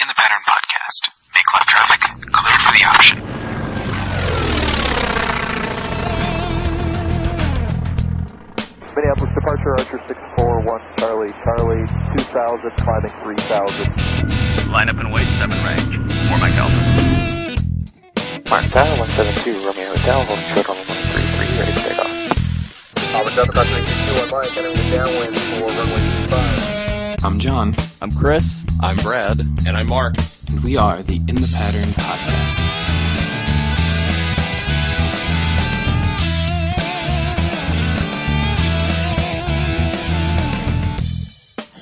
in the Pattern Podcast. Make left traffic, clear for the option. Minneapolis departure, Archer 641, Charlie, Charlie, 2000, climbing 3000. Line up and wait, 7 range. Four Mike Alpha. Mark Dial 172 Romeo Hotel, hold short on 133, ready to take off. Alpha Delta Cross 961 Mike, entering downwind for runway 25. I'm John, I'm Chris. I'm Brad. And I'm Mark. and we are the In the Pattern Podcast.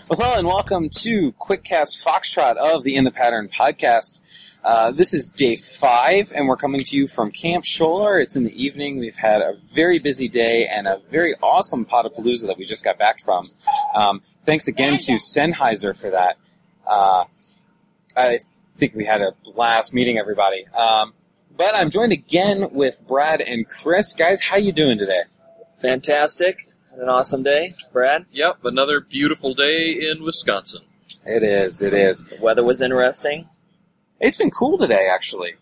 Hello and welcome to Quickcast Foxtrot of the In the Pattern Podcast. Uh, this is day five, and we're coming to you from Camp Scholar. It's in the evening. We've had a very busy day and a very awesome Potapalooza that we just got back from. Um, thanks again to Sennheiser for that. Uh, I think we had a blast meeting everybody. Um, but I'm joined again with Brad and Chris. Guys, how you doing today? Fantastic. Had an awesome day. Brad, Yep, another beautiful day in Wisconsin. It is. It is. the weather was interesting. It's been cool today, actually.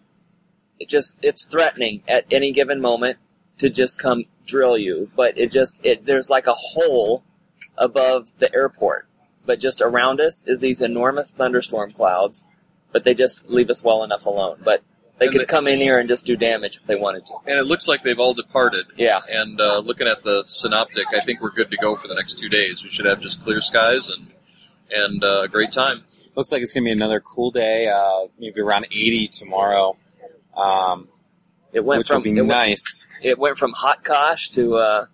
It just it's threatening at any given moment to just come drill you, but it just it there's like a hole above the airport. But just around us is these enormous thunderstorm clouds, but they just leave us well enough alone. But they And could they- come in here and just do damage if they wanted to. And it looks like they've all departed. Yeah. And uh, looking at the synoptic, I think we're good to go for the next two days. We should have just clear skies and and uh, a great time. Looks like it's going to be another cool day. Uh, maybe around 80 tomorrow, um, It went which from will be it went- nice. it went from hot kosh to uh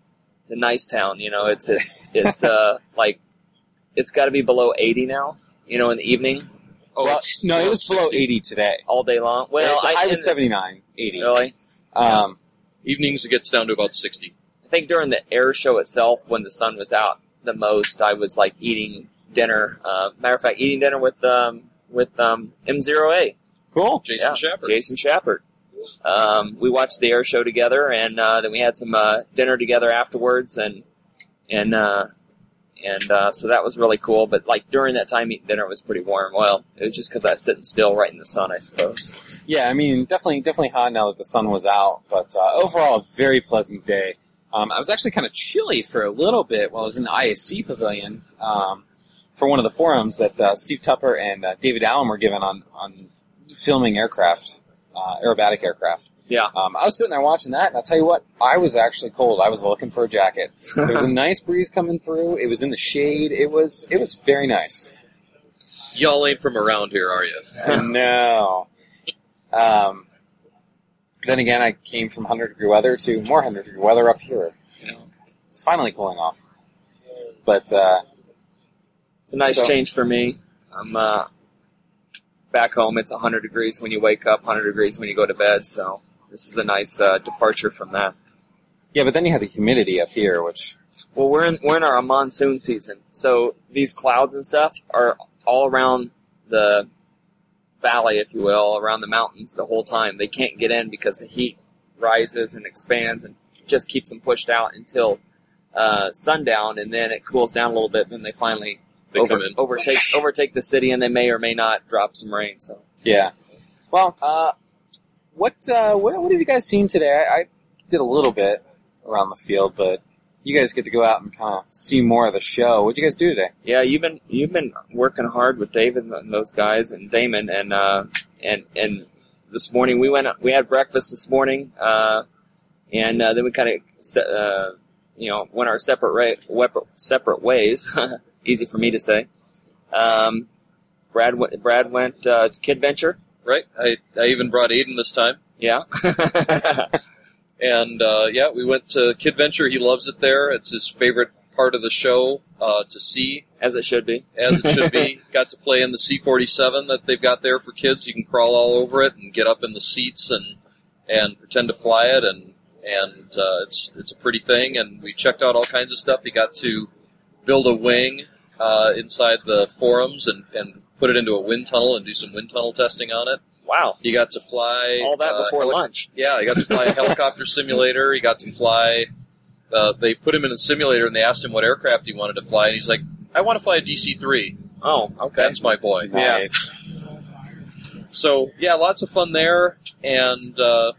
to nice town you know it's it's it's uh like it's got to be below 80 now you know in the evening Oh, Well, it's- no, it was below 60. 80 today. all day long well the high I, was 79, 80. really Um, Evenings it gets down to about 60. i think during the air show itself when the sun was out the most i was like eating dinner uh, matter of fact eating dinner with um with um m0a cool. Jason Yeah, Shepard. Jason Shepard. Um, we watched the air show together, and uh, then we had some uh, dinner together afterwards, and and uh, and uh, so that was really cool. But like during that time eating dinner, it was pretty warm. Well, it was just because I was sitting still right in the sun, I suppose. Yeah, I mean, definitely, definitely hot now that the sun was out. But uh, overall, a very pleasant day. Um, I was actually kind of chilly for a little bit while I was in the ISC pavilion um, for one of the forums that uh, Steve Tupper and uh, David Allen were given on on filming aircraft, uh, aerobatic aircraft. Yeah. Um, I was sitting there watching that, and I'll tell you what, I was actually cold. I was looking for a jacket. There was a nice breeze coming through. It was in the shade. It was it was very nice. Y'all ain't from around here, are you? no. Um, then again, I came from 100 degree weather to more 100 degree weather up here. You know, it's finally cooling off. But uh, It's a nice So- change for me. I'm uh, back home. It's 100 degrees when you wake up, 100 degrees when you go to bed. So this is a nice uh, departure from that. yeah, but then you had the humidity up here, which Well, we're in we're in our monsoon season, so these clouds and stuff are all around the valley, if you will, around the mountains the whole time. They can't get in because the heat rises and expands and just keeps them pushed out until uh, sundown, and then it cools down a little bit. Then they finally They over- come in. overtake overtake the city, and they may or may not drop some rain. So yeah. Well, uh, what, uh, what what have you guys seen today? I, I did a little bit around the field, but you guys get to go out and kind of see more of the show. What'd you guys do today? Yeah, you've been you've been working hard with David and those guys and Damon and uh, and and this morning we went we had breakfast this morning uh, and uh, then we kind of uh, you know went our separate ra- wep- separate ways. Easy for me to say. Um, Brad went, Brad went uh, to Kid Venture. Right? I, I even brought Aiden this time. Yeah. And uh, yeah, we went to Kid Venture. He loves it there. It's his favorite part of the show uh, to see. As it should be. as it should be. got to play in the C47 that they've got there for kids. You can crawl all over it and get up in the seats and and pretend to fly it and and uh, it's it's a pretty thing. And we checked out all kinds of stuff. He got to build a wing uh, inside the forums and and put it into a wind tunnel and do some wind tunnel testing on it. Wow. He got to fly All that uh, before heli- lunch. yeah, he got to fly a helicopter simulator. He got to fly. Uh, they put him in a simulator and they asked him what aircraft he wanted to fly, and he's like, "I want to fly a DC three. Oh, okay. That's my boy. Nice. So yeah, lots of fun there, and uh,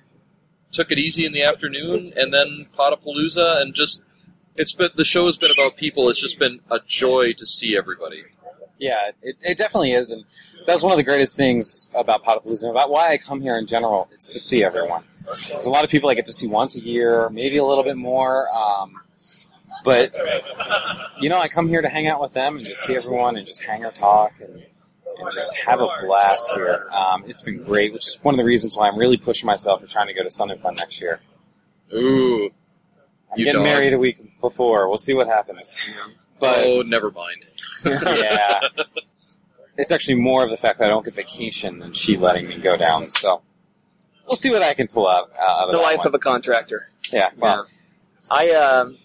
took it easy in the afternoon, and then Potapalooza, and just it's been the show has been about people. It's just been a joy to see everybody. Yeah, it, it definitely is, and that's one of the greatest things about Potapalooza, and about why I come here in general. It's to see everyone. There's a lot of people I get to see once a year, maybe a little bit more, um, but you know, I come here to hang out with them and just see everyone and just hang or talk and, and just have a blast here. Um, it's been great, which is one of the reasons why I'm really pushing myself for trying to go to Sun and Fun next year. Ooh, I'm You getting dog. married a week before. We'll see what happens. But oh, never mind. yeah, it's actually more of the fact that I don't get vacation than she letting me go down. So we'll see what I can pull out. Uh, out of The that life one. of a contractor. yeah. Well, I um,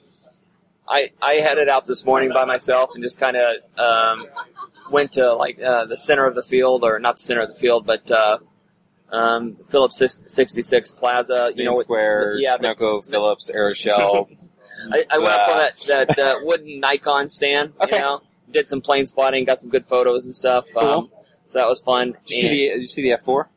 I I headed out this morning by myself and just kind of um, went to like uh, the center of the field, or not the center of the field, but uh, um, Phillips sixty six Plaza. You Main know, with- Square, yeah, the- Noco, Phillips, Aeroshell. I, I went up on that Glass. that uh, wooden Nikon stand. Okay. You know, did some plane spotting, got some good photos and stuff. Um, so that was fun. Did you see the did you see the F four?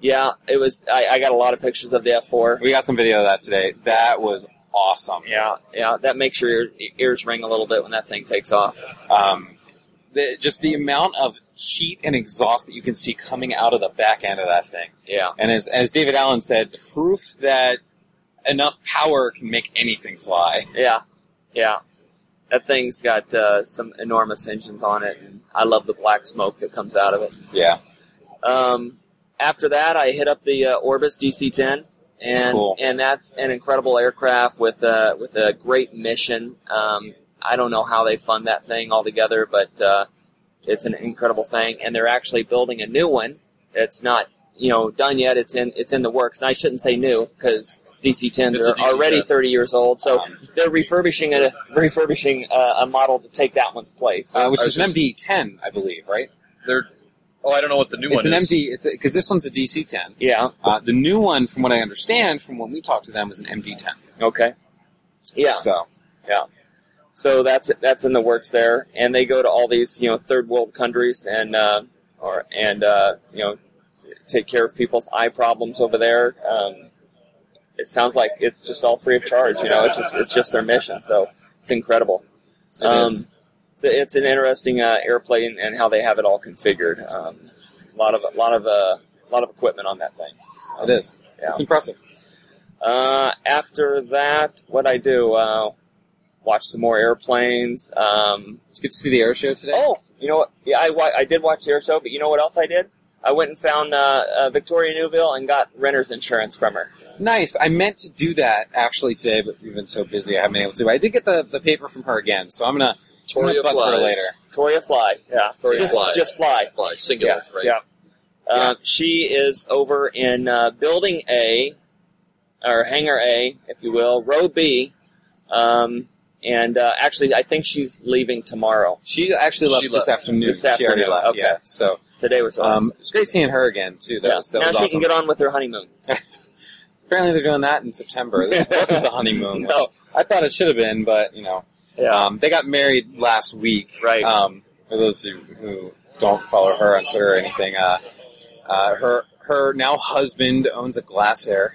yeah, it was. I, I got a lot of pictures of the F four. We got some video of that today. That was awesome. Yeah, yeah, that makes your ear- ears ring a little bit when that thing takes off. Um, the, just the amount of heat and exhaust that you can see coming out of the back end of that thing. Yeah, And as, as David Allen said, proof that enough power can make anything fly. yeah, yeah. That thing's got uh, some enormous engines on it, and I love the black smoke that comes out of it. Yeah. Um, after that, I hit up the uh, Orbis DC-10, and cool. and that's an incredible aircraft with a with a great mission. Um, I don't know how they fund that thing altogether, but uh, it's an incredible thing, and they're actually building a new one. It's not you know done yet. It's in it's in the works, and I shouldn't say new because DC-10s It's a are DC-10. already 30 years old, so Um, they're refurbishing a refurbishing a, a model to take that one's place. Uh, which I is was an just- MD10, I believe, right? They're oh, I don't know what the new it's one an is. MD. It's because this one's a DC10. yeah. Uh, the new one, from what I understand, from when we talked to them, was an MD10. Okay. Yeah. So So that's that's in the works there, and they go to all these you know third world countries and uh, or and uh, you know take care of people's eye problems over there. Um, it sounds like it's just all free of charge. You know, it's just, it's just their mission. So it's incredible. Um, is. It's, a, it's an interesting uh, airplane and how they have it all configured. Um, a lot of a lot of uh, a lot of equipment on that thing. it is. Yeah. It's impressive. Uh, after that, what I do? Uh, watch some more airplanes. Um, It's good to see the air show today. Oh, you know what? Yeah, I, wa- I did watch the air show, but you know what else I did? I went and found uh, uh, Victoria Newville and got renter's insurance from her. Nice. I meant to do that actually today, but we've been so busy I haven't been able to. But I did get the, the paper from her again, so I'm gonna, I'm gonna Toria bug her flies. later. Toria Fly, yeah, Toria just Fly. just fly, Fly, singular, yeah, right? yeah. Uh, she is over in uh, Building A, or Hangar A, if you will, Row B, um, and uh, actually, I think she's leaving tomorrow. She actually left She this left. afternoon. This She already afternoon, left. okay. Yeah. So Today was um, it's great seeing her again too. That yeah. was that now was she awesome. can get on with her honeymoon. Apparently they're doing that in September. This wasn't the honeymoon, which No. I thought it should have been, but you know, Yeah. um, they got married last week. Right. Um, for those who, who don't follow her on Twitter or anything, uh, uh, her her now husband owns a glass air.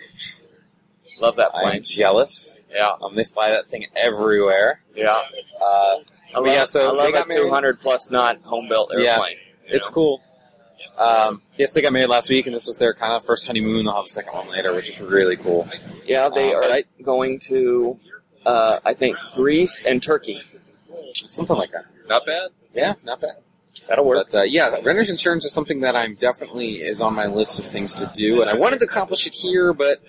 Love that I'm plane. jealous. Yeah, Um, they fly that thing everywhere. yeah. Uh, I love, But yeah, so I love they got a 200 plus knot home built Yeah. airplane. you It's know? cool. Um, yes, they got married last week, and this was their kind of first honeymoon. They'll have a second one later, which is really cool. Yeah, they Um, are but I- going to, uh, I think, Greece and Turkey. Something like that. Not bad. Yeah, not bad. That'll work. But uh, yeah, renter's insurance is something that I'm definitely is on my list of things to do, and I wanted to accomplish it here, but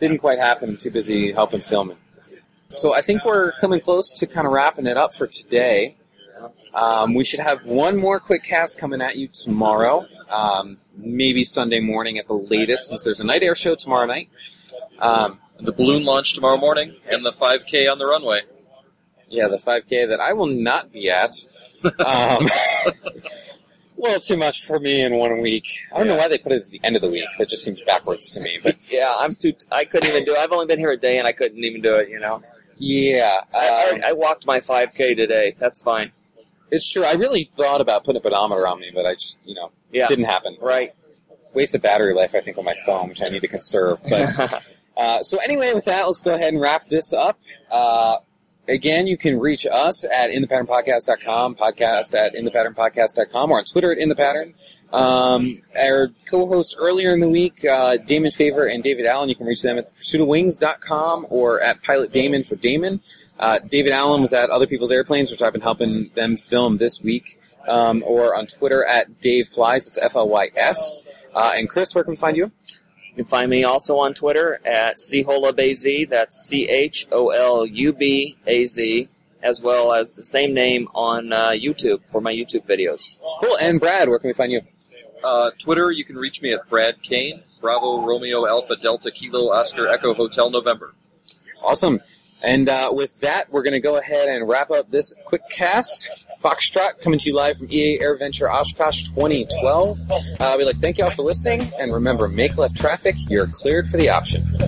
didn't quite happen. I'm too busy helping filming. So I think we're coming close to kind of wrapping it up for today. Um, we should have one more quick cast coming at you tomorrow, um, maybe Sunday morning at the latest, since there's a night air show tomorrow night. Um, And the balloon launch tomorrow morning, and the 5K on the runway. Yeah, the 5K that I will not be at. Um, well, too much for me in one week. I don't know why they put it at the end of the week. That just seems backwards to me. But yeah, I'm too. I couldn't even do it. I've only been here a day and I couldn't even do it. You know, yeah, I, um, I, I walked my 5K today. That's fine. it's true. I really thought about putting a pedometer on me, but I just you know Yeah, didn't happen. right. waste of battery life, I think, on my phone, which I need to conserve. But uh, so anyway, with that, let's go ahead and wrap this up. Uh, again, you can reach us at inthepatternpodcast.com, podcast at inthepatternpodcast.com, or on Twitter at inthepattern. Um, our co-hosts earlier in the week, uh, Damon Favor and David Allen, you can reach them at pursuitofwings.com or at Pilot Damon for Damon. Uh, David Allen was at Other People's Airplanes, which I've been helping them film this week, um, or on Twitter at Dave Flies. It's F L Y S. Uh, and Chris, where can we find you? You can find me also on Twitter at cholabaz. That's C H O L U B A Z, as well as the same name on uh, YouTube for my YouTube videos. Cool. And Brad, where can we find you? Uh, Twitter, you can reach me at Brad Kane, Bravo Romeo Alpha Delta Kilo Oscar Echo Hotel November. Awesome. And uh, with that, we're going to go ahead and wrap up this quick cast. Foxtrot coming to you live from EA Air Venture Oshkosh 2012. Uh, we'd like to thank y'all for listening, and remember, make left traffic. You're cleared for the option.